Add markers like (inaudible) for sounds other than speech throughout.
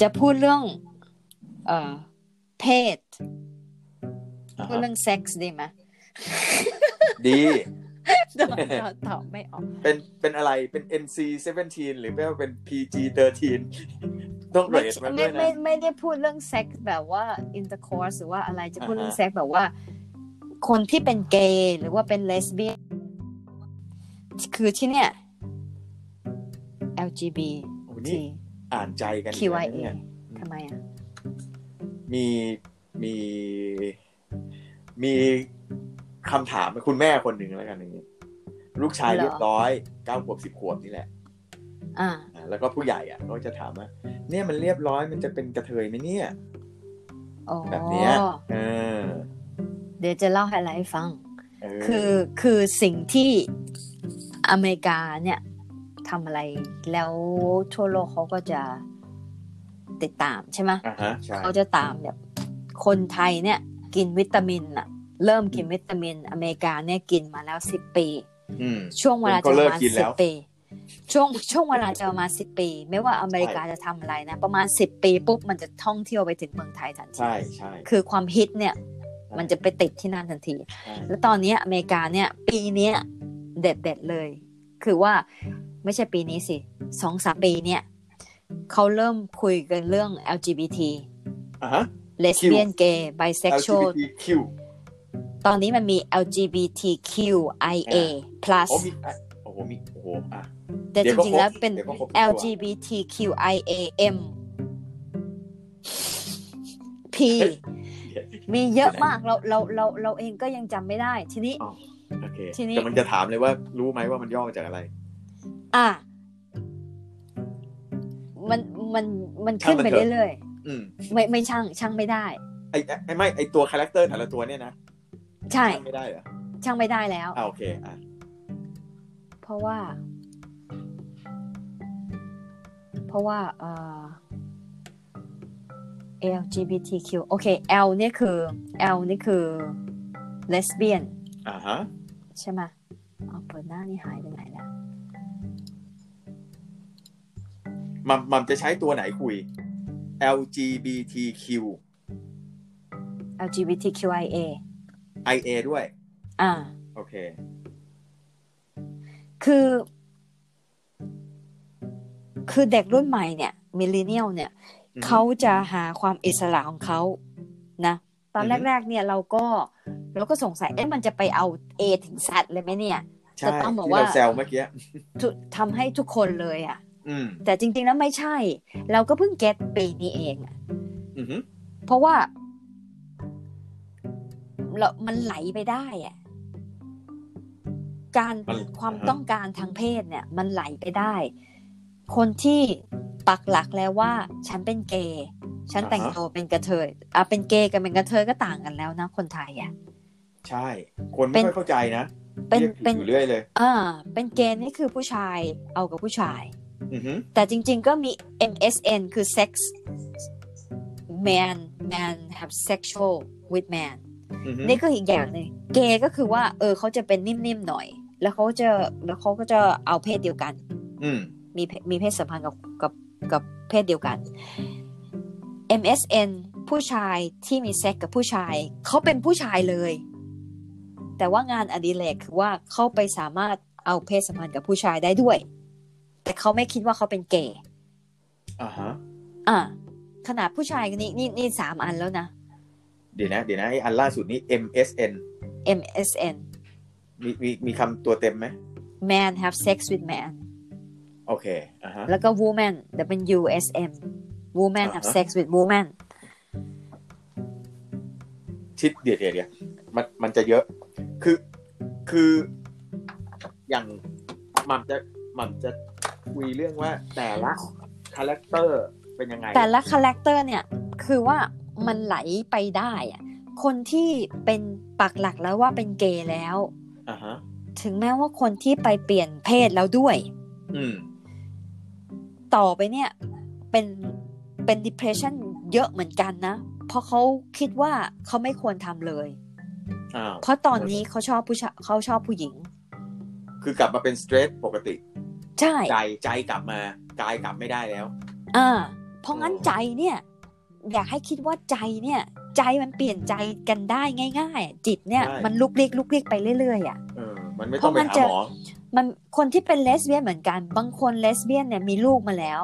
จะพูดเรื่อง เอ่อ เพศ อ่า พูด ฮะ เรื่องเซ็กซ์ดีไหม ดี เดี๋ยวเราตอบไม่ออก เป็นเป็นอะไรเป็น NC 17 หรือไม่ว่าเป็น PG 13 ต้องเร ไม่ ทมันด้ ไม่ วยนะ ไม่ไม่ได้พูดเรื่องเซ็กส์แบบว่า intercourse หรือว่าอะไรจะพูดเรื่อง อ่าฮะ เซ็กส์แบบว่า คนที่เป็นเกย์หรือว่าเป็นเลสเบี้ยนคือที่เนี่ย LGB โอ้นี่ อ่านใจกันอีกแล้ว QIA เนี่ย ทำไมอ่ะ มีมีมีคำถามคุณแม่คนหนึ่งแล้วกันอย่างนี้ ลูกชาย เหรอ เรียบร้อยเก้าขวบสิบขวบนี่แหละ อ่า อ่าแล้วก็ผู้ใหญ่อ่ะก็จะถามว่าเนี่ยมันเรียบร้อยมันจะเป็นกระเทยไหมเนี่ย โอ้ แบบเนี้ยเออ เดี๋ยวจะเล่าให้อะไรให้ฟัง เ คือคือสิ่งที่อเมริกาเนี่ยทำอะไรแล้วทั่วโลกเขาก็จะติดตามใช่ไหม อ่าฮะใช่ เขาจะตามแบบคนไทยเนี่ยกินวิตามินอะเริ่มกินวิตามิน อเมริกาเนี่ยกินมาแล้วสิบปี อืม ช่วงเวลาจะประมาณ ผมก็เลิกกินแล้ สิบ ว ปี ช่วงช่วงเวลาจะประมาณสิบปี ไม่ว่าอเมริกา ใช่ จะทำอะไรนะ ประมาณสิบปีปุ๊บมันจะท่องเที่ยวไปถึงเมืองไทยทันที ใช่ใช่ คือความฮิตเนี่ยมันจะไปติดที่นั่นทันที ใช่ แล้วตอนเนี้ยอเมริกาเนี่ยปีเนี้ยเด็ดเด็ดๆเลย คือว่าไม่ใช่ปีนี้สิสองสามปีเนี่ยเขาเริ่มคุยกันเรื่อง LGBT อ่าฮะ เลสเบี้ยนเกย์ไบเซ็กชวล LGBTQ ตอนนี้มันมี LGBTQIA+ โอ้มีอ่ะโอ้โหมีโอ้โหอ่ะ แต่ เดี๋ จ ยวก็ ริ ค ง ร ๆ บ แล้วเป็น เดี๋ยวก็ครบทุกตัว LGBTQIAM P เดี๋ยว มีเยอะมากเราเราเราเราเองก็ยังจำไม่ได้ทีนี้ โอเค ทีนี้ แต่มันจะถามเลยว่ารู้ไหมว่ามันย่อมาจากอะไร อ่ะมันมันมันขึ้นไป ช่างมันเถอะ เรื่อย อืม ๆไม่ไม่ช่างช่างไม่ได้ ไอ้ไอ้ไอ้ไม่ไอ้ตัวคาแรคเตอร์แต่ละตัวเนี่ยนะ ใช่ จำไม่ได้เหรอ ช่างไม่ได้แล้ว อ่าโอเคอ่ะ เพราะว่า เพราะว่าเอ่อ LGBTQ โอเค L เนี่ยคือ L นี่คือ lesbian อ่าฮะ ใช่ไหมเอาเปิดหน้านี่หายไปไหนแล้ว มัมมัมจะใช้ตัวไหนคุย LGBTQ LGBTQIA IA ด้วย อ่า โอเค คือ คือเด็กรุ่นใหม่เนี่ยมิลเลนเนียลเนี่ย อือฮึ เขาจะหาความอิสระของเขานะ ตอน อือฮึ แรก ๆ เนี่ยเราก็ เราก็สงสัย เอ๊ะมันจะไปเอา A ถึง Z เลยไหมเนี่ย ใช่ จะต้องบอก ที่เรา ว่า แซวเมื่อกี้ ทุทำให้ทุกคนเลยอะ่ะ อืม แต่จริง ๆ แล้วไม่ใช่ เราก็เพิ่งเก็ตปีนี้เองอะ อือหือ เพราะว่าเรามันไหลไปได้อะการความต้องการทางเพศเนี่ย มันไหลไปได้ คนที่ปักหลักแล้วว่า ฉันเป็นเกย์ฉันแต่งตัวเป็นกระเทยอ่ะเป็นเกย์กับเป็นกระเทยก็ต่างกันแล้วนะ คนไทยอ่ะ ใช่ คนไม่ เป็ ค่อน ยเข้าใจนะ เป็น รียกผิด เป็น อยู่เรื่อยเลย อ่าเป็นเกย์นี่คือผู้ชายเอากับผู้ชาย อือหือ แต่จริงๆก็มี MSN คือ sex man man have sexual with man อือหือ นี่ก็อีกอย่างหนึ่งเกย์ก็คือว่า เออเขาจะเป็นนิ่มๆหน่อย แล้วเขาจะแล้วเขาก็จะเอาเพศเดียวกัน อืม มีเพมีเพศสัมพันธ์กับกับกับเพศเดียวกัน MSN ผู้ชายที่มีเซ็กกับผู้ชายเขาเป็นผู้ชายเลย แต่ว่างานอดิเรกคือว่าเขาไปสามารถเอาเพศสัมพันธ์กับผู้ชายได้ด้วย แต่เขาไม่คิดว่าเขาเป็นเกย์ อ่าฮะ อ่าขนาดผู้ชายนี่นี่นี่สามอันแล้วนะ เดี๋ยวนะ เดี๋ยวนะไอ้อันล่าสุดนี้ MSN MSN มีมีมีคำตัวเต็มไหม man have sex with man โอเคอ่าฮะ แล้วก็ woman WSM woman have อ่าฮะ sex with woman ชิดเดี๋ยวเดี๋ยวเดี๋ยวมันมันจะเยอะ คือคืออย่างหมันจะหมันจะคุยเรื่องว่าแต่ละคาแรคเตอร์เป็นยังไง แต่ละคาแรคเตอร์เนี่ย คือว่ามันไหลไปได้อะคนที่เป็นปักหลักแล้วว่าเป็นเกย์แล้ว อ่าฮะ ถึงแม้ว่าคนที่ไปเปลี่ยนเพศแล้วด้วย อืม ต่อไปเนี่ยเป็นเป็น depression เยอะเหมือนกันนะ เพราะเขาคิดว่าเขาไม่ควรทำเลย อ้าว เพราะตอนนี้เขาชอบผู้ชายเขาชอบผู้หญิง คือกลับมาเป็นสเตรทปกติ ใช่ ใจใจกลับมากายกลับไม่ได้แล้ว อ่า พ ราะงั้นใจเนี่ย อยากให้คิดว่าใจเนี่ย ใจมันเปลี่ยนใจกันได้ง่ายๆอะจิตเนี่ย ใช่ มันลุกเรียกลุกเรียกไปเรื่อยๆอ่ะ เออมันไม่ต้องไปหาหมอ มันคนที่เป็นเลสเบี้ยนเหมือนกัน บางคนเลสเบี้ยนเนี่ยมีลูกมาแล้ว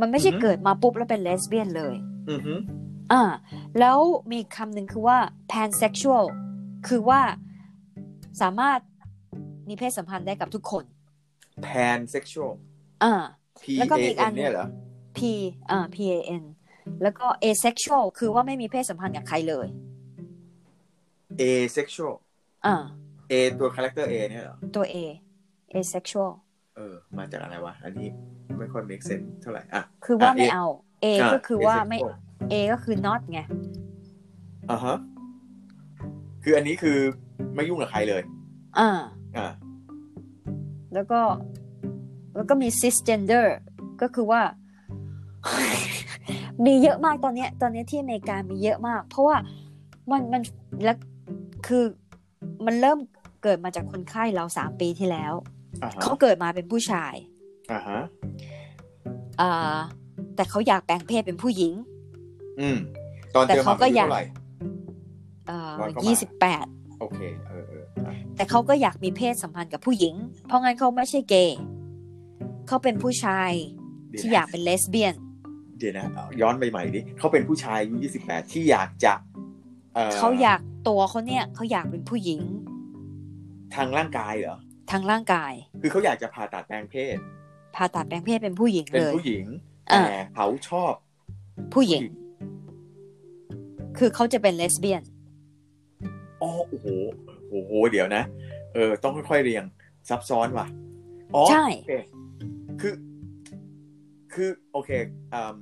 มันไม่ใช่ อือฮึ เกิดมาปุ๊บแล้วเป็นเลสเบี้ยนเลย อือฮึ อ่า แล้วมีคำหนึ่งคือว่า pansexual คือว่าสามารถมีเพศสัมพันธ์ได้กับทุกคน pan sexual อ่า p แล้วก็ a มีอีกอั n น เนี่ยเหรอ p อ่า p a n แล้วก็ asexual คือว่าไม่มีเพศสัมพันธ์กับใครเลย a sexual อ่า a ตัว character a เนี่ยเหรอ ตัว a asexual เออ มาจากอะไรวะ อันนี้ไม่ค่อย make sense เท่าไหร่อ่ะ คือว่า อ่ะ A ไม่เอา a ะ ก็คือว่าไม่ asexual a ก็คือ not ไง อ่าฮะคืออันนี้คือไม่ยุ่งกับใครเลย อ่า อ่า แล้วก็แล้วก็มี cisgender ก็คือว่า (laughs) มีเยอะมากตอนเนี้ย ตอนเนี้ยที่อเมริกามีเยอะมาก เพราะว่ามันมันแล้วคือมันเริ่มเกิดมาจากคนไข้เราสามปีที่แล้ว อ่าฮะ เขาเกิดมาเป็นผู้ชาย อ่าฮะ อ่าแต่เขาอยากแปลงเพศเป็นผู้หญิง อืม ตอนเจอ แต่ มา เขาก็ เป็นอาอยากยุเท่าไหร่ เอ่อ วันเข้ามา ยี่สิบแปด โอเค เออเอออ่ะ แต่เขาก็อยากมีเพศสัมพันธ์กับผู้หญิง เพราะงั้นเขาไม่ใช่เกย์เขาเป็นผู้ชาย เดี๋ว ที่ นะ อยากเป็นเลสเบี้ยน เดี๋ยวนะเอาย้อนไปใหม่ดิเขาเป็นผู้ชายอายุยี่สิบแปดที่อยากจะอ่อ เขาอยากตัวเขาเนี่ยเขาอยากเป็นผู้หญิง ทางร่างกายเหรอ ทางร่างกาย คือเขาอยากจะผ่าตัดแปลงเพศ ผ่าตัดแปลงเพศเป็นผู้หญิง เป็น เลย ผู้หญิง อ่า แต่เขาชอบ ผู้หญิง ผู้หญิง คือเขาจะเป็นเลสเบี้ยน อ๋อโอ้โหโอ้โห เดี๋ยวนะ เออ ต้องค่อยๆเรียง ซับซ้อนว่ะ อ๋อ ใช่ โอเคคือ คือ โอเคอืม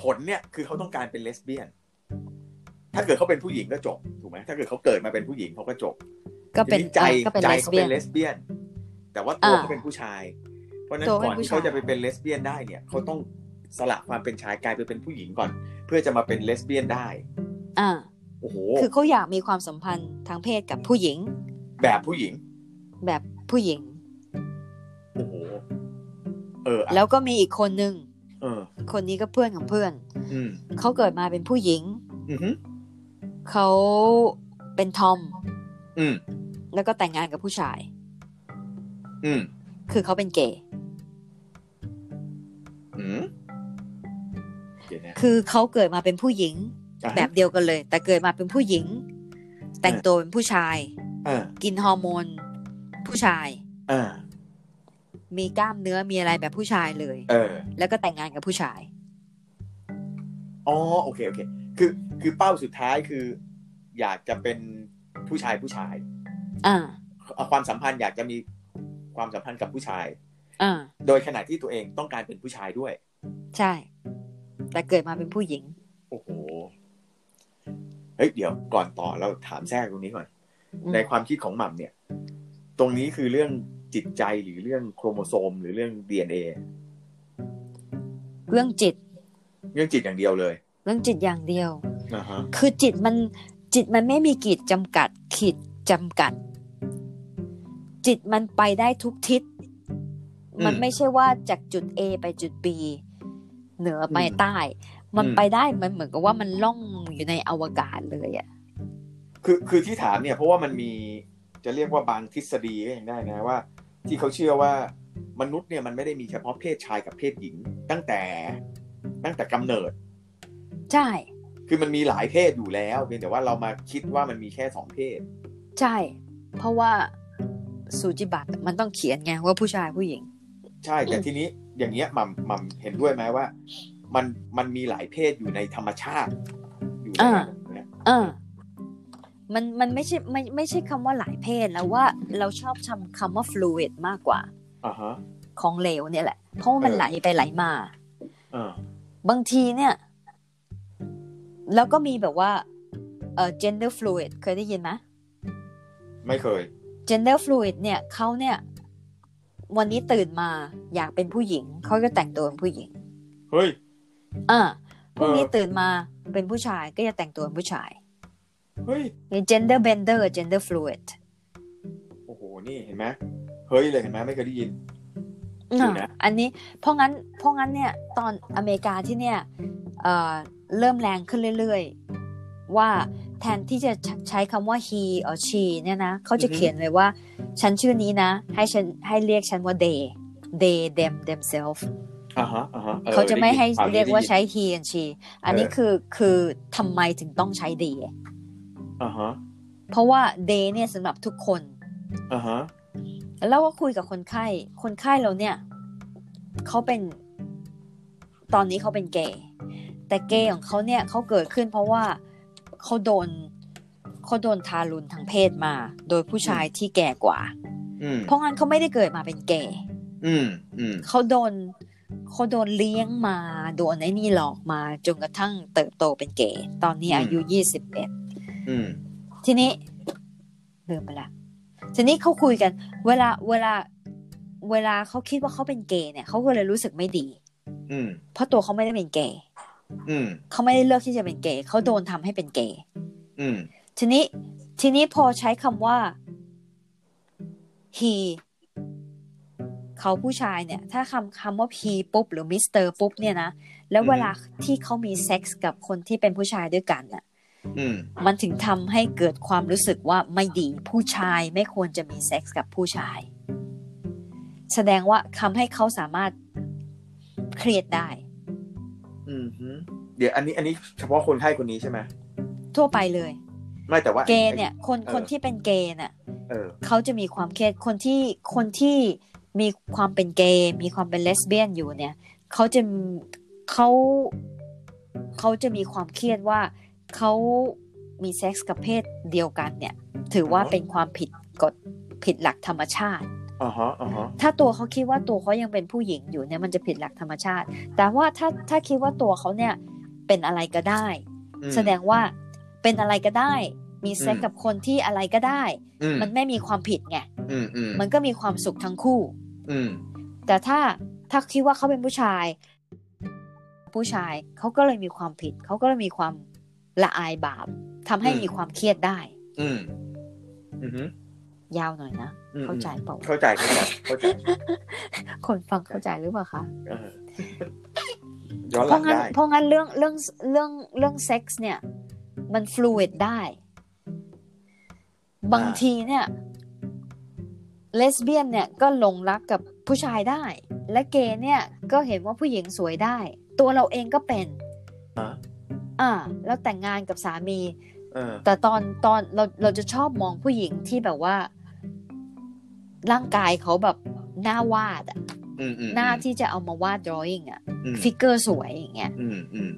ผลเนี่ย คือเขาต้องการเป็นเลสเบี้ยน ถ้าเกิดเขาเป็นผู้หญิงก็จบ ถูกไหม ถ้าเกิดเขาเกิดมาเป็นผู้หญิงเขาก็จบ ก็เป็น ทีใจ อ่ะก็เป็น ใจ เลส เขา เบี้ยเป็น นเลสเบี้ยน แต่ว่าตัว อ่า เขาเป็นผู้ชาย เพราะฉะนั้น ตัวเป็ ก่อน น ผู้ ที่ ชาย เขาจะไปเป็นเลสเบี้ยนได้เนี่ย เขาต้องสละความเป็นชายกลายไปเป็นผู้หญิงก่อน เพื่อจะมาเป็นเลสเบี้ยนได้ อ่า โอ้โห คือเขาอยากมีความสัมพันธ์ทางเพศกับผู้หญิง แบบผู้หญิง แบบผู้หญิง โอ้โห เอออ่ะ แล้วก็มีอีกคนนึง เออ คนนี้ก็เพื่อนของเพื่อน อืม เขาเกิดมาเป็นผู้หญิง อือหือ เขาเป็นทอม อืม แล้วก็แต่งงานกับผู้ชาย อืม คือเขาเป็นเกย์ อืมเดี๋ยวนะ คือเขาเกิดมาเป็นผู้หญิง อ่ะ แบบเดียวกันเลย แต่เกิดมาเป็นผู้หญิง แต่งตัวเป็นผู้ชาย อ่า กินฮอร์โมน ผู้ชาย อ่า มีกล้ามเนื้อมีอะไรแบบผู้ชายเลย เออ แล้วก็แต่งงานกับผู้ชาย อ๋อ โอเค โอเค คือ คือเป้าสุดท้ายคือ อยากจะเป็นผู้ชายผู้ชาย อ่า เอาความสัมพันธ์อยากจะมีความสัมพันธ์กับผู้ชาย อ่า โดยขณะที่ตัวเองต้องการเป็นผู้ชายด้วย ใช่ แต่เกิดมาเป็นผู้หญิง โอ้โห เฮ้ย เดี๋ยว ก่อนต่อเราถามแทรกตรงนี้ก่อน อืม ในความคิดของหม่ำเนี่ย ตรงนี้คือเรื่องจิตใจหรือเรื่องโครโมโซม หรือเรื่อง DNA เรื่องจิต เรื่องจิตอย่างเดียวเลย เรื่องจิตอย่างเดียว อ่าฮะ คือจิตมันจิตมันไม่มีขีดจำกัด ขีดจำกัด จิตมันไปได้ทุกทิศ อืม มันไม่ใช่ว่าจากจุด A ไปจุด B เหนือไป อืม ใต้ มัน อืม ไปได้มันเหมือนกับว่ามันล่องอยู่ในอวกาศเลยอะ คือคือที่ถามเนี่ยเพราะว่ามันมีจะเรียกว่าบางทฤษฎีก็ยังได้นะว่า ที่เขาเชื่อว่ามนุษย์เนี่ยมันไม่ได้มีเฉพาะเพศชายกับเพศหญิง ตั้งแต่ตั้งแต่กำเนิด ใช่ คือมันมีหลายเพศอยู่แล้วเพียงแต่ว่าเรามาคิดว่ามันมีแค่สองเพศ ใช่ เพราะว่าสูจิบัตรมันต้องเขียนไงว่าผู้ชายผู้หญิง ใช่ แต่ทีนี้อย่างเงี้ยหมัมมัมเห็นด้วยไหมว่า มันมันมีหลายเพศอยู่ในธรรมชาติอยู่ใน อ่า นั้นนะ เออ มันมันไม่ใช่ไม่ไม่ใช่คำว่าหลายเพศแล้วว่าเราชอบทำคำว่า fluid มากกว่า อ่าฮะ ของเหลวเนี่ยแหละ เพราะว่ามัน เออ ไหลไปไหลมา อ่า บางทีเนี่ย แล้วก็มีแบบว่าเอ่อ gender fluid เคยได้ยินไหม ไม่เคย gender fluid เนี่ยเขาเนี่ย วันนี้ตื่นมาอยากเป็นผู้หญิง เขาก็แต่งตัวเป็นผู้หญิง เฮ้ย อ่าพรุ่งนี้ เออ ตื่นมาเป็นผู้ชายก็จะแต่งตัวเป็นผู้ชาย เฮ้ย มี gender bender gender fluid โอ้โห นี่เห็นไหมเฮ้ยเลยเห็นไหมไม่เคยได้ยิน อยู่นะ อันนี้เพราะงั้นเพราะงั้นเนี่ยตอนอเมริกาที่เนี่ยเอ่อเริ่มแรงขึ้นเรื่อยๆ ว่าแทนที่จะใช้คำว่า he or she เนี่ยนะเขาจะ อือฮึ เขียนเลยว่า ฉันชื่อนี้นะ ให้ฉันให้เรียกฉันว่า they they them themselves อ่าฮะอ่าฮะออ เขาจะไม่ให้ ด้น เรียกว่าใช้ ได้ he and she อันนี้ เออ คือคือทำไมถึงต้องใช้ they ยินอ่าฮะ เพราะว่า they เนี่ยสำหรับทุกคน อ่าฮะ แล้วก็คุยกับคนไข้ คนไข้เราเนี่ยเขาเป็นตอนนี้เขาเป็นเกย์แต่เกย์ของเขาเนี่ยเขาเกิดขึ้นเพราะว่าเขาโดนเขาโดนทารุณทางเพศมา โดยผู้ชายที่แก่กว่า อืม เพราะงั้นเขาไม่ได้เกิดมาเป็นเกย์ อืมอืม เขาโดนเขาโดนเลี้ยงมาโดนไอ้นี่หลอกมาจนกระทั่งเติบโตเป็นเกย์ตอนนี้อายุยี่สิบเอ็ด อืม ทีนี้ลืมไปละ ทีนี้เขาคุยกัน เวลาเวลาเวลาเขาคิดว่าเขาเป็นเกย์เนี่ยเขาก็เลยรู้สึกไม่ดี อืม เพราะตัวเขาไม่ได้เป็นเกย์ อืม เขาไม่ได้เลือกที่จะเป็นเกย์เขาโดนทำให้เป็นเกย์ อืม ทีนี้ทีนี้พอใช้คำว่า he เขาผู้ชายเนี่ย ถ้าคำคำว่า he ปุ๊บหรือ mister ปุ๊บเนี่ยนะ แล้วเวลาที่เขามีเซ็กส์กับคนที่เป็นผู้ชายด้วยกันน่ะ อืม มันถึงทำให้เกิดความรู้สึกว่าไม่ดีผู้ชายไม่ควรจะมีเซ็กส์กับผู้ชาย แสดงว่าทำให้เขาสามารถเครียดได้ อืมฮึเดี๋ยวอันนี้อันนี้เฉพาะคนไข้คนนี้ใช่ไหม ทั่วไปเลย ไม่แต่ว่า เกย์เนี่ยคน เออ คนที่เป็นเกย์น่ะ เออ เขาจะมีความเครียดคนที่คนที่มีความเป็นเกย์มีความเป็นเลสเบี้ยนอยู่เนี่ยเขาจะเขาเขาจะมีความเครียดว่าเขามีเซ็กส์กับเพศเดียวกันเนี่ย ถือว่า อ๋อ เป็นความผิดกฎผิดหลักธรรมชาติ อ่าฮะอ่าฮะ ถ้าตัวเขาคิดว่าตัวเขายังเป็นผู้หญิงอยู่เนี่ยมันจะผิดหลักธรรมชาติ แต่ว่าถ้าถ้าคิดว่าตัวเขาเนี่ยเป็นอะไรก็ได้ อืม แสดงว่าเป็นอะไรก็ได้ มีเซ็ก อืม กับคนที่อะไรก็ได้ อืม มันไม่มีความผิดไง อืมอืม มันก็มีความสุขทั้งคู่ อืม แต่ถ้าถ้าคิดว่าเขาเป็นผู้ชาย ผู้ชายเขาก็เลยมีความผิดเขาก็เลยมีความละอายบาปทำให้มีความเครียดได้ อืมอืมฮึ ยาวหน่อยนะ อืม เข้าใจเปล่า เข้าใจเข้าใจเข้าใจ คนฟังเข้าใจหรือเปล่าคะ เออย้อนห เพ ลั ราะ ง งั้น ได้ เพราะงั้นเรื่องเรื่องเรื่องเรื่องเซ็กส์เนี่ย มันฟลูอิดได้ บาง อ่า ทีเนี่ยเลสเบี้ยนเนี่ยก็หลงรักกับผู้ชายได้ และเกย์เนี่ยก็เห็นว่าผู้หญิงสวยได้ ตัวเราเองก็เป็น อ่ะ อ่า แล้วแต่งงานกับสามี เออ แต่ตอนตอนเราเราจะชอบมองผู้หญิงที่แบบว่า ร่างกายเขาแบบหน้าวาดอะ อืมอืม หน้าที่จะเอามาวาด drawing อะ อืม ฟิกเกอร์สวยอย่างเงี้ย อืมอืม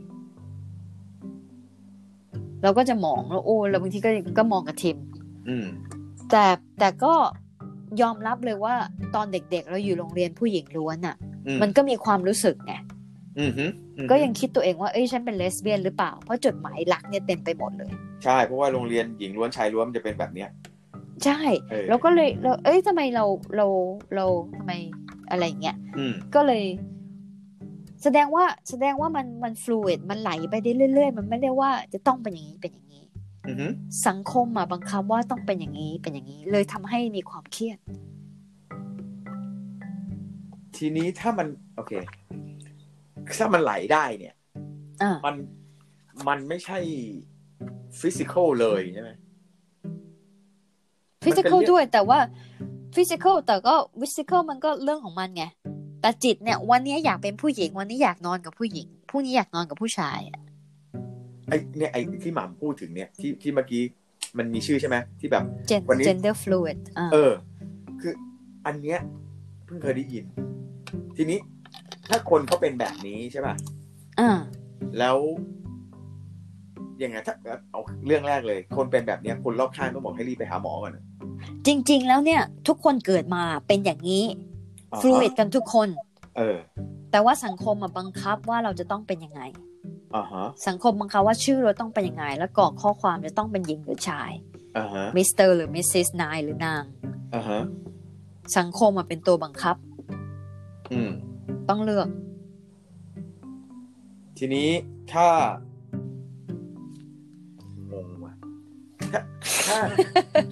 เราก็จะมองแล้วโอ้เราบางทีก็ก็มองกับทิม อืม แต่แต่ก็ยอมรับเลยว่าตอนเด็กๆ เราอยู่โรงเรียนผู้หญิงล้วนอะ่ะ อืม มันก็มีความรู้สึกไง อืมฮึอืมฮึ ก็ยังคิดตัวเองว่าเอ้ยฉันเป็นเลสเบี้ยนหรือเปล่า เพราะจดหมายหลักเนี่ยเต็มไปหมดเลย ใช่ เพราะว่าโรงเรียนหญิงล้วนชายล้วนมันจะเป็นแบบเนี้ย ใช่ เออ เราก็เลยเราเอ้ยทำไมเราเราเราทำไมอะไรอย่างเงี้ย อืม ก็เลย แสดงว่าแสดงว่ามันมันฟลูเอมันไหลไปได้เรื่อยๆ มันไม่ได้ว่าจะต้องเป็นอย่างนี้เป็นอย่างนี้ อืมฮึ สังคมมาบังคับว่าต้องเป็นอย่างนี้เป็นอย่างนี้ เลยทำให้มีความเครียด ทีนี้ถ้ามัน โอเค ถ้ามันไหลได้เนี่ย อ่า มัน มันไม่ใช่ฟิสิกอลเลยใช่ไหม ฟิสิก a ล มันเป็นเรื่อง ด้วยแต่ว่าฟิสิก a ลแต่ก็ฟิสิก a ลมันก็เรื่องของมันไง แต่จิตเนี่ย วันนี้อยากเป็นผู้หญิง วันนี้อยากนอนกับผู้หญิงพรุ่งนี้อยากนอนกับผู้ชายอะ ไอเนี่ยไอที่หม่ำพูดถึงเนี่ย ที่ที่เมื่อกี้มันมีชื่อใช่ไหมที่แบบ เจน วันนี้ เจนเดอร์ฟลูอิดอ่า เออ คืออันเนี้ยเพิ่งเคยได้ยิน ทีนี้ถ้าคนเขาเป็นแบบนี้ใช่ป่ะ อ่า แล้วยังไงถ้าเอาเรื่องแรกเลย คนเป็นแบบเนี้ยคนรอบข้างต้องบอกให้รีบไปหาหมอก่อนนะ จริง ๆ แล้วเนี่ย ทุกคนเกิดมาเป็นอย่างนี้ อ่าฮะ ฟลูอิดกันทุกคน เออ แต่ว่าสังคมมาบังคับว่าเราจะต้องเป็นยังไง อ่าฮะ สังคมบังคับว่าชื่อเราต้องเป็นยังไง แล้วกรอกข้อความจะต้องเป็นหญิงหรือชาย อ่าฮะ มิสเตอร์หรือมิสซิสนายหรือนาง อ่าฮะ สังคมมาเป็นตัวบังคับ อืม ต้องเลือก ทีนี้ถ้างงว่ะถ้าถ้า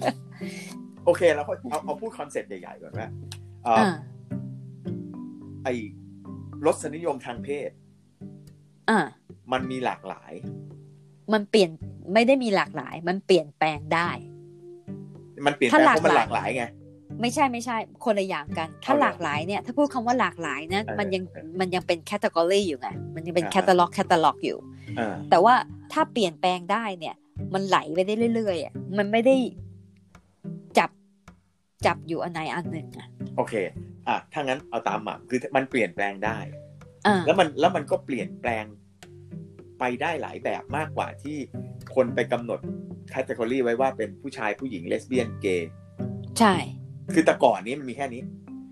(laughs) โอเคแล้วก็เอาเอาพูดคอนเซ็ปต์ใหญ่ๆก่อนว่าเอ่ออ อ่า อ้รสนิยมทางเพศ อ่า มันมีหลากหลาย มันเปลี่ยนไม่ได้มีหลากหลาย มันเปลี่ยนแปลงได้ มันเปลี่ยนแป ถ้า ลหลางก เพราะมันห ห ลา ลาก ก หลายไง ไม่ใช่ไม่ใช่คนละอย่างกัน ถ้า เอาเหรอ หลากหลายเนี่ยถ้าพูดคำว่าหลากหลายนะ เออ มันยัง เออ มันยังเป็นแคตตากรีอยู่ไงมันยังเป็น อ่า แคตตาล็อกแคตตาล็อกอยู่ อ่า แต่ว่าถ้าเปลี่ยนแปลงได้เนี่ย มันไหลไปได้เรื่อยๆอ่ะมันไม่ได้จับจับอยู่อันไหนอันหนึ่งอ่ะ โอเค อ่ะถ้างั้นเอาตามหม่ำคือมันเปลี่ยนแปลงได้ อ่า แล้วมันแล้วมันก็เปลี่ยนแปลงไปได้หลายแบบมากกว่าที่คนไปกำหนดแคตตา o r อไว้ว่าเป็นผู้ชายผู้หญิงเลสเบี้ยนเกย์ ใช่ คือแต่ก่อนนี้มันมีแค่นี้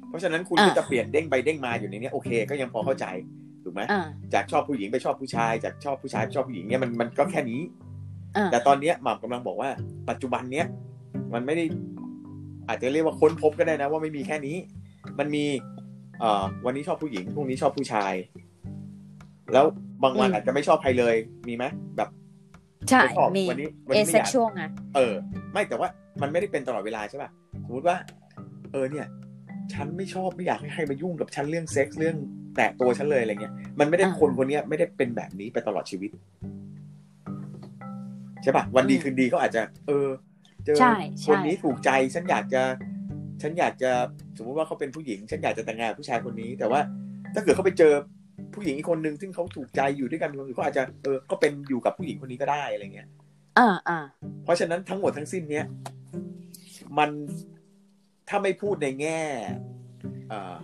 เพราะฉะนั้นคุณ อ่า ก็จะเปลี่ยนเด้งไปเด้งมาอยู่ในเนี้ยโอเค ก็ยังพอเข้าใจถูกไหม อ่า จากชอบผู้หญิงไปชอบผู้ชาย จากชอบผู้ชายไปชอบผู้หญิงเนี่ยมันมันก็แค่นี้ อ่า แต่ตอนเนี้ยหม่ำกำลังบอกว่า ปัจจุบันเนี้ยมันไม่ได้ อาจจะเรียกว่าค้นพบก็ได้นะ ว่าไม่มีแค่นี้ มันมี เอ่อ วันนี้ชอบผู้หญิงพรุ่งนี้ชอบผู้ชาย แล้วบางวันอาจจะไม่ชอบใครเลยมีไหมแบบ ใช่ ไม่ชอบ มี วันนี้วัน เอ นี้ เซ็กไม่อยาก ชวลไง เออ ไม่แต่ว่ามันไม่ได้เป็นตลอดเวลาใช่ป่ะสมมติว่า เออเนี่ย ฉันไม่ชอบไม่อยากให้ใครมายุ่งกับฉันเรื่องเซ็กซ์เรื่องแตะตัวฉันเลยอะไรเงี้ยมันไม่ได้คนคนเนี้ยไม่ได้เป็นแบบนี้ไปตลอดชีวิตใช่ป่ะวันดีคืนดีเขาอาจจะ เออ เจอ ใช่ คน ใช่ นี้ถูกใจฉันอยากจะ ฉันอยากจะสมมุติว่าเขาเป็นผู้หญิง ฉันอยากจะแต่งงานกับผู้ชายคนนี้ แต่ว่า ถ้าเกิดเขาไปเจอผู้หญิงอีกคนหนึ่งซึ่งเขาถูกใจอยู่ด้วยกันเป็นคนอื่นเขาอาจจะเออก็เป็นอยู่กับผู้หญิงคนนี้ก็ได้อะไรเงี้ย อ่าอ่า เพราะฉะนั้นทั้งหมดทั้งสิ้นเนี้ยมันถ้าไม่พูดในแง่เอ่อ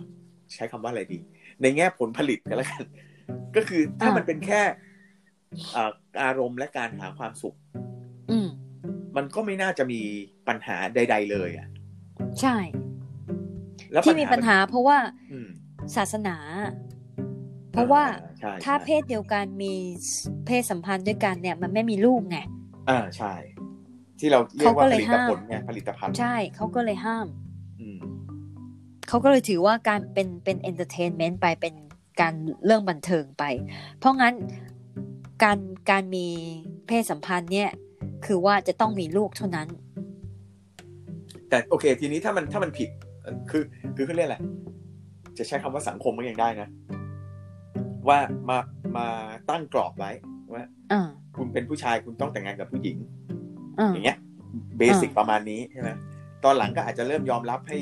ใช้คำว่าอะไรดี ในแง่ผลผลิตกันแล้วกัน ก็คือถ้ามันเป็นแค่เอ่ออารมณ์และการหาความสุข อืม มันก็ไม่น่าจะมีปัญหาใด ๆ เลยอะ ใช่ แล้ว ที่มีปัญ น หาเพราะว่า อืม ศาสนา เพราะว่า อ่ใช่ ถ้า ใช่ เพศเดียวกันมีเพศสัมพันธ์ด้วยกันเนี่ย มันไม่มีลูกไง อ่าใช่ ที่เราเรียก เขาก็ ว่าผ เลย ลิต ห้าม ผลไงผลิตภัณฑ์ ใช่เขาก็เลยห้าม อืม เขาก็เลยถือว่าการเป็นเป็นเอนเตอร์เทนเมนต์ไปเป็นการเรื่องบันเทิงไป เพราะงั้นการการมีเพศสัมพันธ์เนี่ย คือว่าจะต้องมีลูกเท่านั้น แต่โอเค ทีนี้ถ้ามันถ้ามันผิดเอ่อคือคือเขาเรียกอะไรจะใช้คำว่าสังคมก็ยังได้นะ ว่ามามาตั้งกรอบไว้ว่า อ่า คุณเป็นผู้ชายคุณต้องแต่งงานกับผู้หญิง อ่า อย่างเงี้ยเบสิก อ่า ประมาณนี้ใช่ไหมตอนหลังก็อาจจะเริ่มยอมรับให้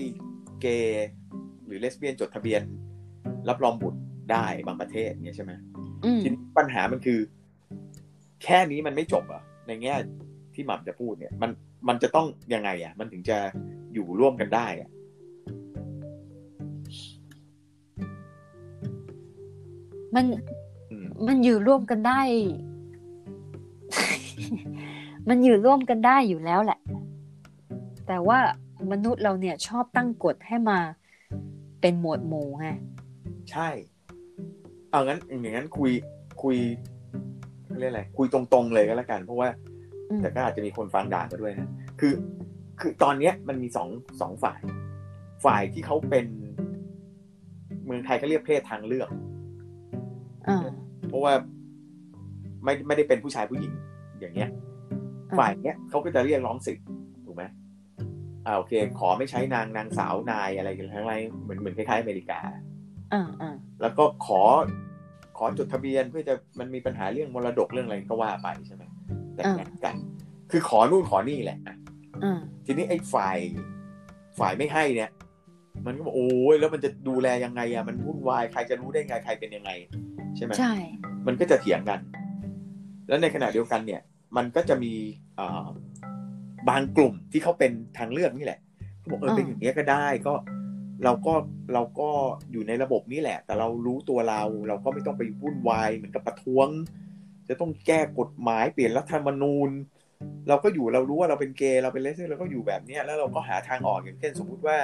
เกย์หรือเลสเบี้ยนจดทะเบียน รับรองบุตรได้บางประเทศเงี้ยใช่ไหม อืม ทีนี้ปัญหามันคือ แค่นี้มันไม่จบเหรอะในแง่ที่หม่ำจะพูดเนี่ย มันมันจะต้องยังไงอะ่ะ มันถึงจะอยู่ร่วมกันได้อะ มัน อืม มันอยู่ร่วมกันได้ (laughs) มันอยู่ร่วมกันได้อยู่แล้วแหละ แต่ว่ามนุษย์เราเนี่ยชอบตั้งกฎให้มาเป็นหมวดหมู่ไง ใช่ เอางั้นอย่างนั้นคุยคุยเรียกอะไรคุยตรงๆเลยก็แล้วกัน เพราะว่า อืม แต่ก็อาจจะมีคนฟังด่ามาด้วยนะ คือ คือตอนเนี้ยมันมีสองสองฝ่าย ฝ่ายที่เขาเป็น เมืองไทยก็เรียกเพศทางเลือก อ่า เพราะว่าไม่ไม่ได้เป็นผู้ชายผู้หญิงอย่างเงี้ย อ่า ฝ่ายเนี้ยเขาก็จะเรียกร้องสิทธิ์ถูกไหมอ่าโอเค ขอไม่ใช้นางนางสาวนายอะไรกันทั้งไรเหมือนเหมือนคล้ายๆอเมริกา อ่าอ่า แล้วก็ขอขอจดทะเบียนเพื่อจะมันมีปัญหาเรื่องมรดกเรื่องอะไรก็ว่าไปใช่ไหมแต่งงานกัน คือขอนู่นขอนี่แหละอ่ะ อ่า ทีนี้ไอ้ฝ่ายฝ่ายไม่ให้เนี่ย มันก็บอกโอ้ยแล้วมันจะดูแลยังไงอ่ะมันวุ่นวายใครจะรู้ได้ไงใครเป็นยังไง ใช่ไหม ใช่ มันก็จะเถียงกัน แล้วในขณะเดียวกันเนี่ย มันก็จะมีเอ่อบางกลุ่มที่เขาเป็นทางเลือกนี่แหละเขาบอกเออ อ่า เป็นอย่างเนี้ยก็ได้ก็เราก็เราก็อยู่ในระบบนี่แหละ แต่เรารู้ตัวเรา เราก็ไม่ต้องไปวุ่นวายเหมือนกับประท้วง จะต้องแก้กฎหมายเปลี่ยนรัฐธรรมนูญ เราก็อยู่เรารู้ว่าเราเป็นเกย์เราเป็นเลสเซ่เราก็อยู่แบบเนี้ยแล้วเราก็หาทางออกอย่างเช่น สมมุติว่า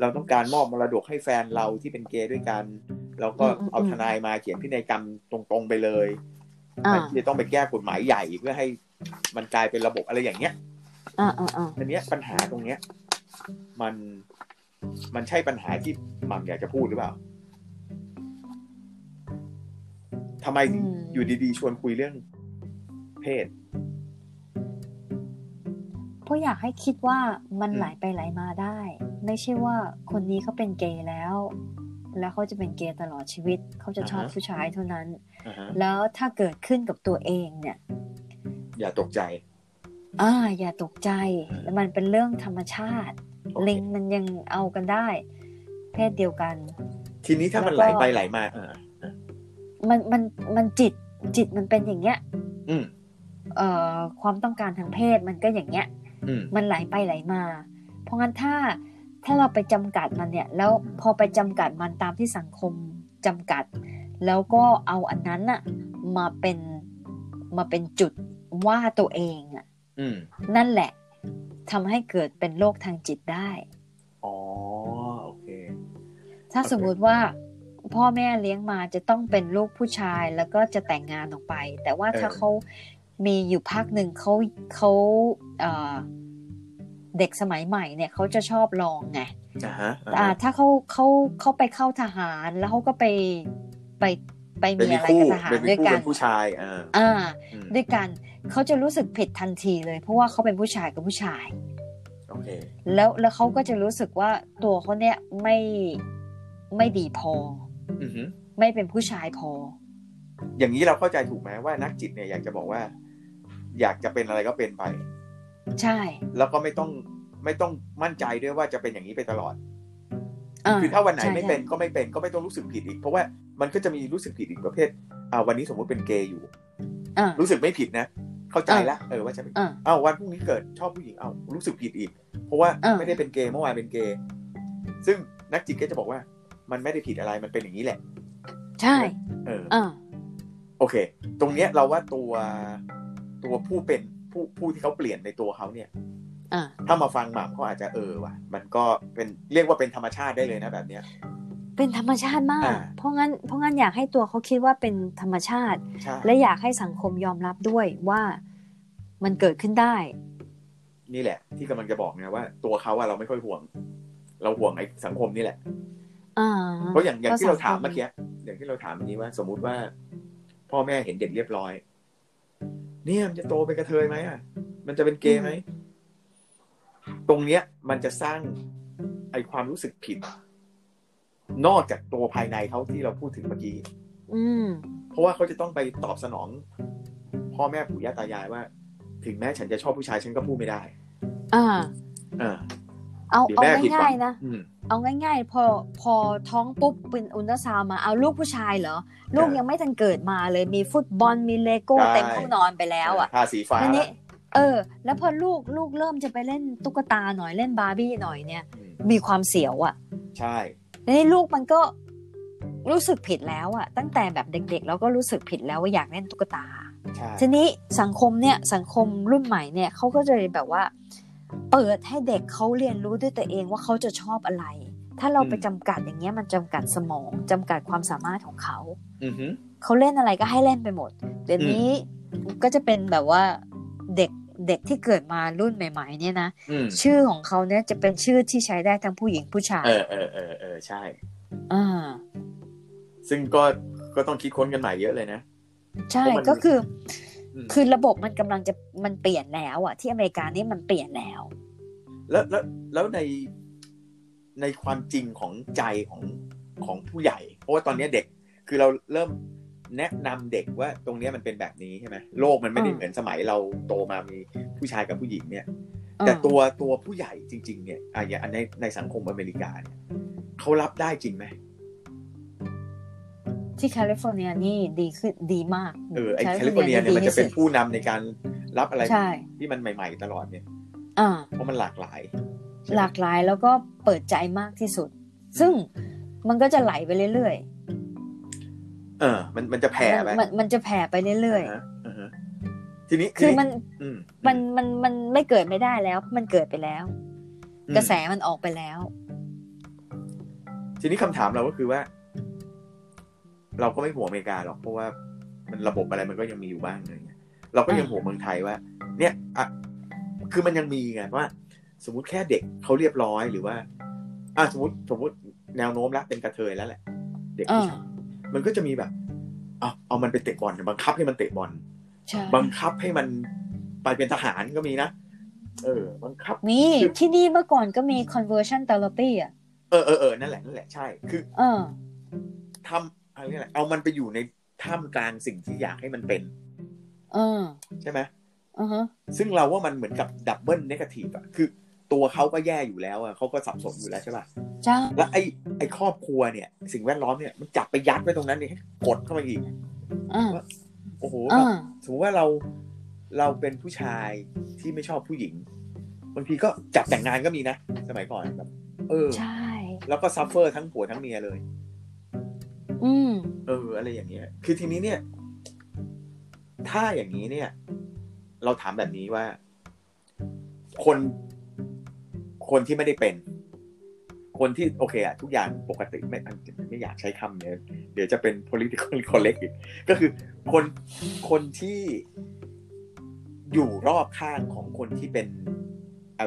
เราต้องการมอบมรดกให้แฟนเราที่เป็นเกย์ด้วยกัน เราก็ อืมอืม เอา อืม ทนายมาเขียนพินัยกรรมตรงๆไปเลย อ่า มันจะต้องไปแก้กฎหมายใหญ่เพื่อให้มันกลายเป็นระบบอะไรอย่างเงี้ย อ่าอ่าอ่า อันเนี้ยปัญหาตรงเนี้ย มันมันใช่ปัญหาที่หมัมอยากจะพูดหรือเปล่าทำไมถึงอยู่ดีๆ ชวนคุยเรื่องเพศ เพราะอยากให้คิดว่ามัน อืม ไหลไปไหลมาได้ ไม่ใช่ว่าคนนี้เขาเป็นเกย์แล้ว แล้วเขาจะเป็นเกย์ตลอดชีวิต เขาจะชอบ อ่าฮะ ผู้ชายเท่านั้น อ่าฮะ แล้วถ้าเกิดขึ้นกับตัวเองเนี่ย อย่าตกใจ อ่าอย่าตกใจ มันเป็นเรื่องธรรมชาติ โอเค ลิงมันยังเอากันได้ เพศเดียวกัน ทีนี้ถ้ามันไหลไปไหลมาอ่า มันมันมันจิตจิตมันเป็นอย่างเงี้ย อืม เอ่อความต้องการทางเพศมันก็อย่างเงี้ย อืม มันไหลไปไหลมา เพราะงั้นถ้าถ้าเราไปจำกัดมันเนี่ย แล้วพอไปจำกัดมันตามที่สังคมจำกัด แล้วก็เอาอันนั้นน่ะมาเป็นมาเป็นจุดว่าตัวเองอะ อืม นั่นแหละทำให้เกิดเป็นโรคทางจิตได้ อ๋อโอเค ถ้า โอเค สมมุติว่าพ่อแม่เลี้ยงมาจะต้องเป็นลูกผู้ชายแล้วก็จะแต่งงานออกไป แต่ว่าถ้าเขามีอยู่พักหนึ่งเขาเขาเอ่อเด็กสมัยใหม่เนี่ยเขาจะชอบลองไง อ่าฮะอ่า อ่า ฮะ ถ้าเขาเขาเขาไปเข้าทหารแล้วเขาก็ไปไปไป เป็ มี นมี อะไร คู่ กับทหาร เป็นมี ด้วย คู่ กั เป็น นผู้ชายอ่า อ่า อืม ด้วยกันเขาจะรู้สึกผิดทันทีเลย เพราะว่าเขาเป็นผู้ชายกับผู้ชาย โอเค แล้วแล้วเขาก็จะรู้สึกว่าตัวเขาเนี่ยไม่ไม่ดีพอ อือหือ ไม่เป็นผู้ชายพอ อย่างนี้เราเข้าใจถูกไหมว่านักจิตเนี่ยอยากจะบอกว่า อยากจะเป็นอะไรก็เป็นไป ใช่ แล้วก็ไม่ต้องไม่ต้องมั่นใจด้วยว่าจะเป็นอย่างนี้ไปตลอด อ่ คือถ้าวันไหนไม่เป็น ใช่ ก็ไม่เป็นก็ไม่ต้องรู้สึกผิดอีก เพราะว่ามันก็จะมีรู้สึกผิดอีกประเภทอ่าวันนี้สมมติเป็นเกย์อยู่ อ่า รู้สึกไม่ผิดนะ เข้าใจละเออว่าจะเป็น อ่า อ้าววันพรุ่งนี้เกิดชอบผู้หญิงอ้าวรู้สึกผิดอีก เพราะว่า อ่า ไม่ได้เป็นเกย์เมื่อวานเป็นเกย์ซึ่งนักจิตก็จะบอกว่า มันไม่ได้ผิดอะไรมันเป็นอย่างนี้แหละ ใช่ เออ อ่า โอเค ตรงเนี้ยเราว่าตัวตัวผู้เป็นผู้ผู้ที่เขาเปลี่ยนในตัวเขาเนี่ย อ่า ถ้ามาฟังหม่ำเขาอาจจะเออว่ะ มันก็เป็นเรียกว่าเป็นธรรมชาติได้เลยนะแบบเนี้ย เป็นธรรมชาติมาก อ่า เพราะงั้นเพราะงั้นอยากให้ตัวเขาคิดว่าเป็นธรรมชาติ ใช่ และอยากให้สังคมยอมรับด้วยว่ามันเกิดขึ้นได้ นี่แหละ ที่กำลังจะบอกไงว่า ตัวเขาอะเราไม่ค่อยห่วง เราห่วงไอ้สังคมนี่แหละ อ่า เพราะอย่างอย่างที่ ก็ เรา สังคม ถามเมื่อกี้อย่างที่เราถามเมื่อกี้ว่า สมมุติว่า พ่อแม่เห็นเด็กเรียบร้อย เนี่ยมันจะโตเป็นกระเทยไหมอ่ะ มันจะเป็นเกย์ไหมตรงเนี้ย มันจะสร้างไอความรู้สึกผิด นอกจากตัวภายในเขาที่เราพูดถึงเมื่อกี้ อืม เพราะว่าเขาจะต้องไปตอบสนอง พ่อแม่ปู่ย่าตายายว่า ถึงแม้ฉันจะชอบผู้ชายฉันก็พูดไม่ได้ อ่า อ่า เอา เดี๋ยว เอา แม่ผิดหวัง ง่ายๆนะ อืม เอาง่ายๆ พอพอท้องปุ๊บเป็นอุลตราซาวน์มาเอาลูกผู้ชายเหรอ ลูก ใช่ ยังไม่ทันเกิดมาเลยมีฟุตบอลมีเลโก้ ใช่ เต็มห้องนอนไปแล้วอ่ะ ทาสีฟ้า ทีนี้ ละ เออ แล้วพอลูกลูกเริ่มจะไปเล่นตุ๊กตาหน่อยเล่นบาร์บี้หน่อยเนี่ย อืม มีความเสียวอ่ะ ใช่ ทีนี้ลูกมันก็รู้สึกผิดแล้วอ่ะ ตั้งแต่แบบเด็กๆ แล้วก็รู้สึกผิดแล้วว่าอยากเล่นตุ๊กตา ใช่ ทีนี้สังคมเนี่ยสังคมรุ่นใหม่เนี่ยเขาก็จะแบบว่า เปิดให้เด็กเขาเรียนรู้ด้วยตัวเองว่าเขาจะชอบอะไร ถ้าเราไปจำกัดอย่างเงี้ยมันจำกัดสมองจำกัดความสามารถของเขา อือหือ เขาเล่นอะไรก็ให้เล่นไปหมด เดี๋ยวนี้ก็จะเป็นแบบว่าเด็กเด็กที่เกิดมารุ่นใหม่ ๆ เนี่ยนะ อืม ชื่อของเขาเนี่ยจะเป็นชื่อที่ใช้ได้ทั้งผู้หญิงผู้ชาย เออเออเออเออใช่ อ่า ซึ่งก็ก็ต้องคิดค้นกันใหม่เยอะเลยนะ ใช่ เพราะมัน ก็คือ ม คือระบบมันกำลังจะมันเปลี่ยนแล้วอะที่อเมริกานี่มันเปลี่ยนแล้ว แล้วแล้วแล้วในในความจริงของใจของของผู้ใหญ่ เพราะว่าตอนเนี้ยเด็กคือเราเริ่มแนะนำเด็กว่าตรงเนี้ยมันเป็นแบบนี้ใช่ไหมโลกมันไม่ได้ อืม เหมือนสมัยเราโตมามีผู้ชายกับผู้หญิงเนี่ย อ่า แต่ตัวตัวผู้ใหญ่จริง ๆ เนี่ยอ่ะอย่างในในสังคมอเมริกาเนี่ยเขารับได้จริงไหม ที่แคลิฟอร์เนียนี่ดีขึ้นดีมาก เออไอแคลิฟอร์เนียเนี่ยมันจะเป็นผู้นำในการรับอะไร ใช่ ที่มันใหม่ ๆ ตลอดเนี่ย อ่า เพราะมันหลากหลาย หลากหลายแล้วก็เปิดใจมากที่สุด ซึ่งมันก็จะไหลไปเรื่อย เออ มันมันจะ ๆ แผ่ไป มันมันมันจะแผ่ไปเรื่อย อ่าฮะอ่าฮะทีนี้ ๆ คือมัน อืม มันมันมันไม่เกิดไม่ได้แล้ว มันเกิดไปแล้ว อืม กระแสมันออกไปแล้ว ทีนี้คำถามเราก็คือว่า เราก็ไม่ห่วงอเมริกาหรอกเพราะว่ามันระบบอะไรมันก็ยังมีอยู่บ้างอะไรเงี้ยเราก็ยัง อ่า ห่วงเมืองไทยว่า เนี่ยอ่ะคือมันยังมีไงว่า สมมติแค่เด็กเขาเรียบร้อยหรือว่า อ่ะสมมติสมมติแนวโน้มแล้วเป็นกระเทยแล้วแหละ เด็ก เอ ผู้ อ ชายมันก็จะมีแบบเอาเอามันไปเตะบอลบังคับให้มันเตะบอล ใช่ บังคับให้มันไปเป็นทหารก็มีนะเออ บังคับ มีที่นี่เมื่อก่อนก็มี conversion therapy อ่ะ เอ อเออเออนั่นแหละนั่นแหละใช่ คือ เออ ทำอะไรนี่แหละเอามันไปอยู่ในท่ามกลางสิ่งที่อยากให้มันเป็น เออ ใช่ไหม อือฮะ ซึ่งเราว่ามันเหมือนกับดับเบิลเนกาทีฟอะคือ ตัวเขาก็แย่อยู่แล้วอะเขาก็สับสนอยู่แล้วใช่ป่ะ ใช่ แล้วไอ้ไอ้ครอบครัวเนี่ย สิ่งแวดล้อมเนี่ยมันจับไปยัดไว้ตรงนั้นเนี่ยให้กดเข้ามาอีก อ่า โอ้โหแบ อ่า บสมมติว่าเราเราเป็นผู้ชายที่ไม่ชอบผู้หญิง บางทีก็จับแต่งงานก็มีนะ สมัยก่อนแบบ เออ ใช่ แล้วก็ซัฟเฟอร์ทั้งผัวทั้งเมียเลย อืม เออ อะไรอย่างเงี้ย คือทีนี้เนี่ย ถ้าอย่างนี้เนี่ย เราถามแบบนี้ว่า คน คนที่ไม่ได้เป็น คนที่โอเคอะทุกอย่างปกติไม่ไม่อยากใช้คำเนี่ยเดี๋ยวจะเป็น political (laughs) correct อีกก็คือคนคนที่อยู่รอบข้างของคนที่เป็น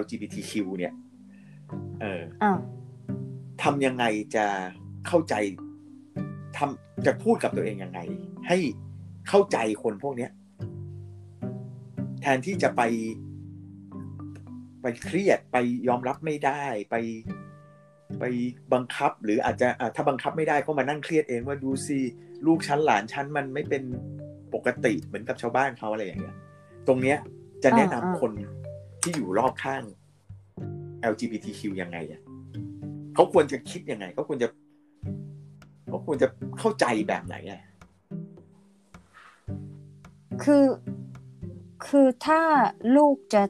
LGBTQ เนี่ย เออ อ่า ทำยังไงจะเข้าใจทำจะพูดกับตัวเองยังไง ให้เข้าใจคนพวกเนี้ย แทนที่จะไป ไปเครียดไปยอมรับไม่ได้ไป ไปบังคับ หรืออาจจะอ่ะถ้าบังคับไม่ได้ก็มานั่งเครียดเองว่าดูสิลูกชั้นหลานชั้นมันไม่เป็นปกติเหมือนกับชาวบ้านเขาอะไรอย่างเงี้ย ตรงเนี้ยจะแนะนำ อ่าอ่า คนที่อยู่รอบข้าง LGBTQ ยังไงอ่ะเขาควรจะคิดยังไงเขาควรจะเขาควรจะเข้าใจแบบไหนอ่ะ คือ คือถ้าลูกจะ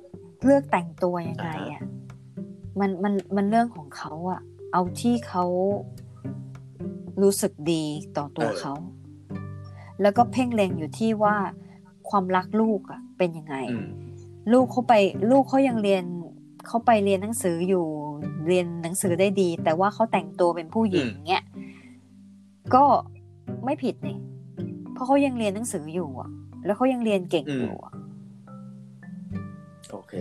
เลือกแต่งตัวยังไงอ่ะ มันมันมันเรื่องของเขาอ่ะ เอาที่เขารู้สึกดีต่อตัวเขา แล้วก็เพ่งเล็งอยู่ที่ว่าความรักลูกอ่ะ เป็นยังไง อืม ลูกเขาไปลูกเขายังเรียนเขาไปเรียนหนังสืออยู่เรียนหนังสือได้ดี แต่ว่าเขาแต่งตัวเป็นผู้หญิง อืม เงี้ยก็ไม่ผิดนี่เพราะเขายังเรียนหนังสืออยู่อ่ะ แล้วเขายังเรียนเก่งอยู่อะ โอเค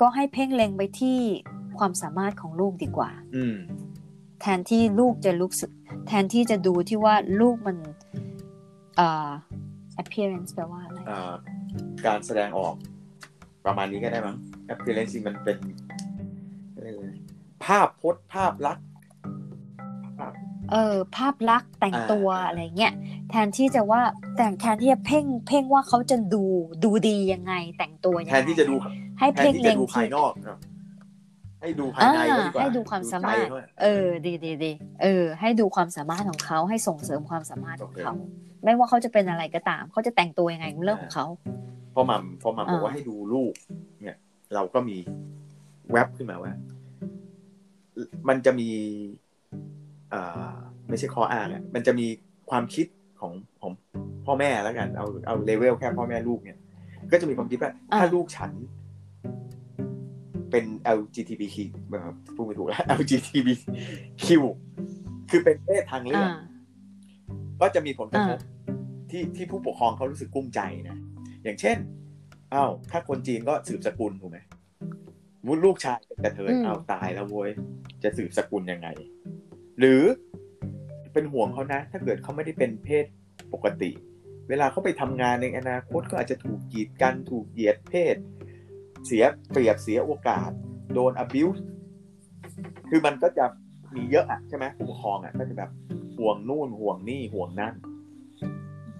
ก็ให้เพ่งเล็งไปที่ความสามารถของลูกดีกว่า อืม แทนที่ลูกจะรู้สึก แทนที่จะดูที่ว่าลูกมันเอ่อ appearance แปลว่าอะไร อ่าการแสดงออกประมาณนี้ก็ได้มั้ง appearance มันเป็นเรียกอะไรภาพพจน์ภาพลักษณ์ เออ ภาพลักษณ์แต่งตัว อ่า อะไรเงี้ยแทนที่จะว่าแต่งแทนที่จะเพ่งเพ่งว่าเขาจะดูดูดียังไงแต่งตัวยัง แท ไง นที่จะดู ให้ แทน เพ่ง ที่จะ เล็ง ดูภายน ที่ อกเนอะให้ดูภายในก็ดีกว่า อ่าให้ดูความสามารถ ดูใจด้วย เออ ดีดีดีเออ ให้ดูความสามารถของเขาให้ส่งเสริมความสามารถของ โอเค เขา ไม่ว่าเขาจะเป็นอะไรก็ตามเขาจะแต่งตัวยังไงเป็นเรื่องของเขา พอหมัมพอหมัม อ่า บอกว่าให้ดูลูก เนี่ย เราก็มีแวบขึ้นมาว่า มันจะมีเอ่อไม่ใช่ข้ออ้างอะมันจะมีความคิดของของพ่อแม่แล้วกัน เอาเอาเลเวลแค่พ่อแม่ลูกเนี่ย ก็จะมีความคิดว่าถ้าลูกฉัน เป็น LGBTQ เอ่อพูดไม่ถูกแล้ว LGBTQ คือเป็นเพศทางเลือก อ่า ก็จะมีผลกระทบ อ่า ที่ที่ผู้ปกครองเขารู้สึกกุ้มใจนะ อย่างเช่น เอ้า ถ้าคนจีนก็สืบสกุลถูกไหมสมมุติลูกชายเป็นกระเทย อืม เอาตายแล้วโว้ย จะสืบสกุลยังไง หรือเป็นห่วงเขานะ ถ้าเกิดเขาไม่ได้เป็นเพศปกติ เวลาเขาไปทำงานในอนาคตก็อาจจะถูกกีดกันถูกเหยียดเพศ เสียเปรียบเสียโอกาส โดน abuse คือมันก็จะมีเยอะอะใช่ไหมผู้ปกครองอะก็จะแบบห่วงนู่นห่วงนี่ห่วงนั่น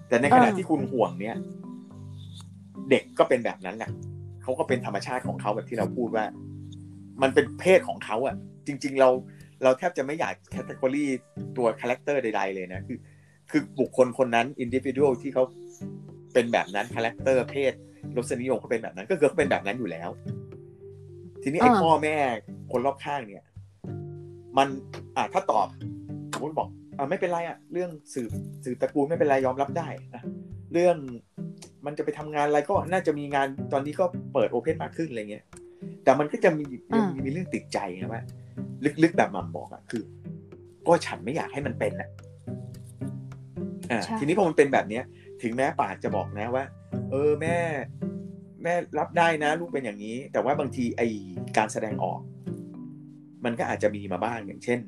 แต่ในขณะ เออ ที่คุณห่วงเนี้ยเด็กก็เป็นแบบนั้นแหละเขาก็เป็นธรรมชาติของเขาแบบที่เราพูดว่า มันเป็นเพศของเขาอะจริง ๆ เราเราแทบจะไม่อยากแคตตา o r y ตัวคาแรคเตอร์ใดๆเลยนะ คือ คือบุคคลคนนั้นอินดิวิวดที่เขาเป็นแบบนั้นคาแรคเตอร์เพศรสนิยมเขาเป็นแบบนั้น ก็คือเขาเป็นแบบนั้นอยู่แล้ว ทีนี้ไอ้ อ่า พ่อแม่คนรอบข้างเนี่ย มันอ่าถ้าตอบสมมติบอกอ่าไม่เป็นไรอะเรื่องสืบสืบตระกูลไม่เป็นไรยอมรับได้นะเรื่องมันจะไปทำงานอะไรก็น่าจะมีงานตอนนี้ก็เปิดโอเพนมากขึ้นอะไรเงี้ยแต่มันก็จะมี อ่ามี มีเรื่องติดใจนะว่าลึกๆแบบหมัมบอกอะคือ ก็ฉันไม่อยากให้มันเป็นอะอ่า ใช่ ทีนี้พอมันเป็นแบบเนี้ย ถึงแม้ปากจะบอกนะว่า เออแม่ แม่รับได้นะ ลูกเป็นอย่างนี้ แต่ว่าบางทีไอการแสดงออก มันก็อาจจะมีมาบ้างอย่างเช่น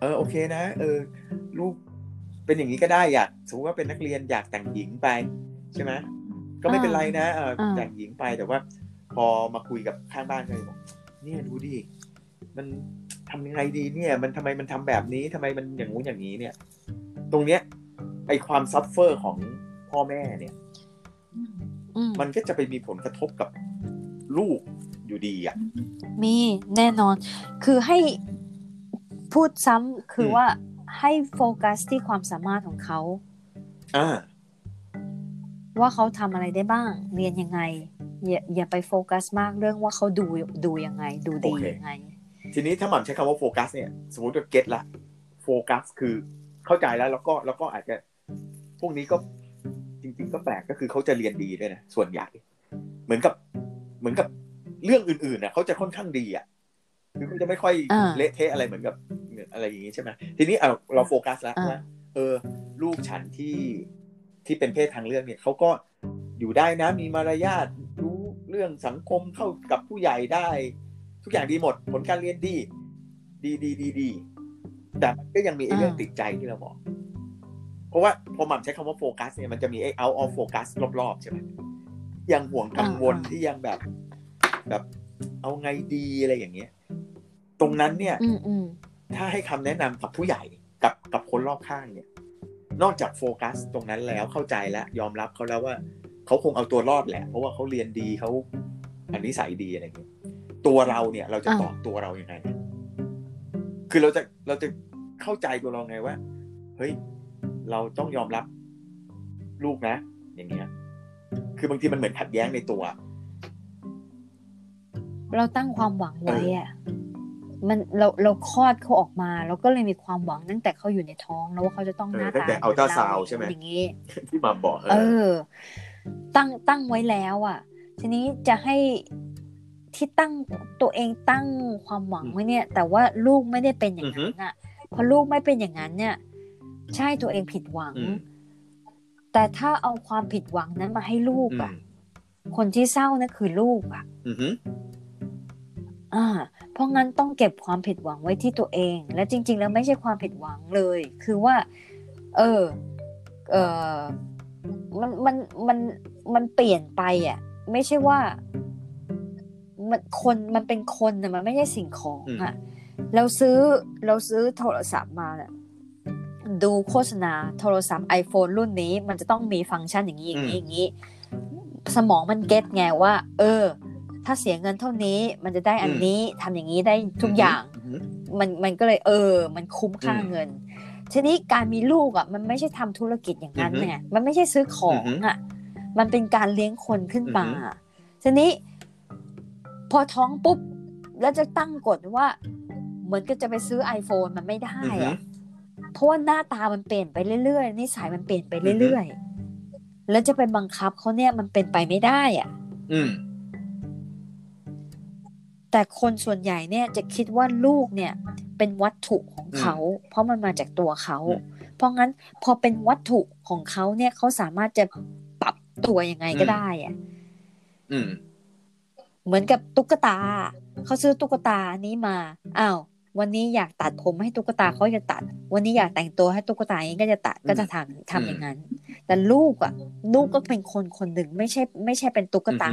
เออโอเคนะ เออ ลูกเป็นอย่างนี้ก็ได้อยากสมมติว่าเป็นนักเรียนอยากแต่งหญิงไป ใช่ไหมก็ไม่เป็นไรนะเอออา แต่งหญิงไปแต่ว่า พอมาคุยกับข้างบ้านก็เลยบอกเนี่ยดูดิมัน ทำยังไงดีเนี่ย มันทำไมมันทำแบบนี้ทำไมมันอย่างงู้นอย่างนี้เนี่ย ตรงเนี้ยไอความซัฟเฟอร์ของพ่อแม่เนี่ย อืม มันก็จะไปมีผลกระทบกับลูกอยู่ดีอ่ะ มีแน่นอน คือให้พูดซ้ำคืออ ม ว่าให้โฟกัสที่ความสามารถของเขา อ่า ว่าเขาทำอะไรได้บ้าง เรียนยังไง อย่าอย่าไปโฟกัสมากเรื่องว่าเขาดูดูยังไง ดูดี โอเค ยังไง ทีนี้ถ้าหม่ำใช้คำว่าโฟกัสเนี่ย สมมติว่าเก็ตละโฟกัสคือเข้าใจแล้วแล้วก็แล้วก็อาจจะ พวกนี้ก็จริง ๆ ก็แปลกก็คือเขาจะเรียนดีด้วยนะส่วนใหญ่ เหมือนกับเหมือนกับเรื่องอื่นๆน่ะเขาจะค่อนข้างดีอ่ะคือเขาจะไม่ค่อย อ่า เละเทะอะไรเหมือนกับอะไรอย่างนี้ใช่ไหมทีนี้เอาเราโฟกัสแล้ว อ่า ว่าเออ ลูกฉันที่ที่เป็นเพศทางเลือกเนี่ยเขาก็อยู่ได้นะมีมารยาทรู้เรื่องสังคมเข้ากับผู้ใหญ่ได้ ทุกอย่างดีหมด ผลการเรียนดี ดีดีดีดีแต่มันก็ยังมีไอ้ อ่า เรื่องติดใจที่เราบอก เพราะว่าพอหม่ำใช้คำว่าโฟกัสเนี่ยมันจะมีไอ้ out of focus รอบๆใช่ไหมยังห่วงกังวล อ่าอ่า ที่ยังแบบ แบบเอาไงดีอะไรอย่างเงี้ย ตรงนั้นเนี่ย อืมอืม ถ้าให้คำแนะนำกับผู้ใหญ่กับกับคนรอบข้างเนี่ย นอกจากโฟกัสตรงนั้นแล้วเข้าใจแล้วยอมรับเขาแล้วว่าเขาคงเอาตัวรอดแหละ เพราะว่าเขาเรียนดีเขาอันนี้สัยดีอะไรอย่างเงี้ยตัวเราเนี่ยเราจะตอบตัวเรายัางไงคือเราจะเราจะเข้าใจตัวเราไงว่า เฮ้ย เราต้องยอมรับลูกนะ อย่างเงี้ย คือบางทีมันเหมือนขัดแย้งในตัว เราตั้งความหวังไว้อะมันเราเราคลอดเขาออกมา เราก็เลยมีความหวังตั้งแต่เขาอยู่ในท้องแล้วว่าเขาจะต้องหน้า เออตั้ ตาง แต่ หมืน ultrasound ใช่ไหม อย่างนี้ ที่หมาบอกเอ เอ อ อ ตั้งตั้งไว้แล้ว อ่ะ ทีนี้จะให้ที่ตั้งตัวเองตั้งความหวังไว้เนี่ย แต่ว่าลูกไม่ได้เป็นอย่างนั้นน่ะพอลูกไม่เป็นอย่างนั้นเนี่ย ใช่ตัวเองผิดหวัง อืม แต่ถ้าเอาความผิดหวังนั้นมาให้ลูก อื อ่ะ ม คนที่เศร้านั่นคือลูกอ่ะ อือหือ อ่า เพราะงั้นต้องเก็บความผิดหวังไว้ที่ตัวเอง และจริง ๆ แล้วไม่ใช่ความผิดหวังเลย คือว่า เออ เออมันมันมันมันเปลี่ยนไปอ่ะ ไม่ใช่ว่า มันคนมันเป็นคนนะมันไม่ใช่สิ่งของอ่ะ เราซื้อเราซื้อโทรศัพท์มาน่ะดูโฆษณาโทรศัพท์ iPhone รุ่นนี้ มันจะต้องมีฟังก์ชันอย่างนี้อย่างนี้อย่างนี้ สมองมันเก็ตไงว่า เออ ถ้าเสียเงินเท่านี้ มันจะได้อัน อืม นี้ทำอย่างนี้ได้ทุกอย่าง อือหือ มันมันก็เลยเออ มันคุ้มค่า อืม เงิน ทีนี้การมีลูกอ่ะ มันไม่ใช่ทำธุรกิจอย่างนั้น อือฮึ ไงมันไม่ใช่ซื้อของอ่ะ มันเป็นการเลี้ยงคนขึ้นมา อือฮึ ทีนี้ พอท้องปุ๊บ แล้วจะตั้งกฎว่า เหมือนก็จะไปซื้อ iPhone มันไม่ได้ อือหือ อะเพราะว่าหน้าตามันเปลี่ยนไปเรื่อยๆนิสัยมันเปลี่ยนไปเรื่อยๆแล้วจะไปบังคับเขาเนี่ยมันเป็นไปไม่ได้อ่ะ อืม แต่คนส่วนใหญ่เนี่ยจะคิดว่าลูกเนี่ยเป็นวัตถุของเขา เพราะมันมาจากตัวเขา อืม เพราะงั้นพอเป็นวัตถุของเขาเนี่ยเขาสามารถจะปรับตัวยังไงก็ อืม ได้อะ อืม เหมือนกับตุ๊กตาเขาซื้อตุ๊กตาอันนี้มาอ้าววันนี้อยากตัดผมให้ตุ๊กตาเขาจะตัด วันนี้อยากแต่งตัวให้ตุ๊กตาเองก็จะตัด อืม ก็จะทำทำอย่างนั้น แต่ลูกอ่ะลูกก็เป็นคนคนหนึ่งไม่ใช่ไม่ใช่เป็นตุ๊กตา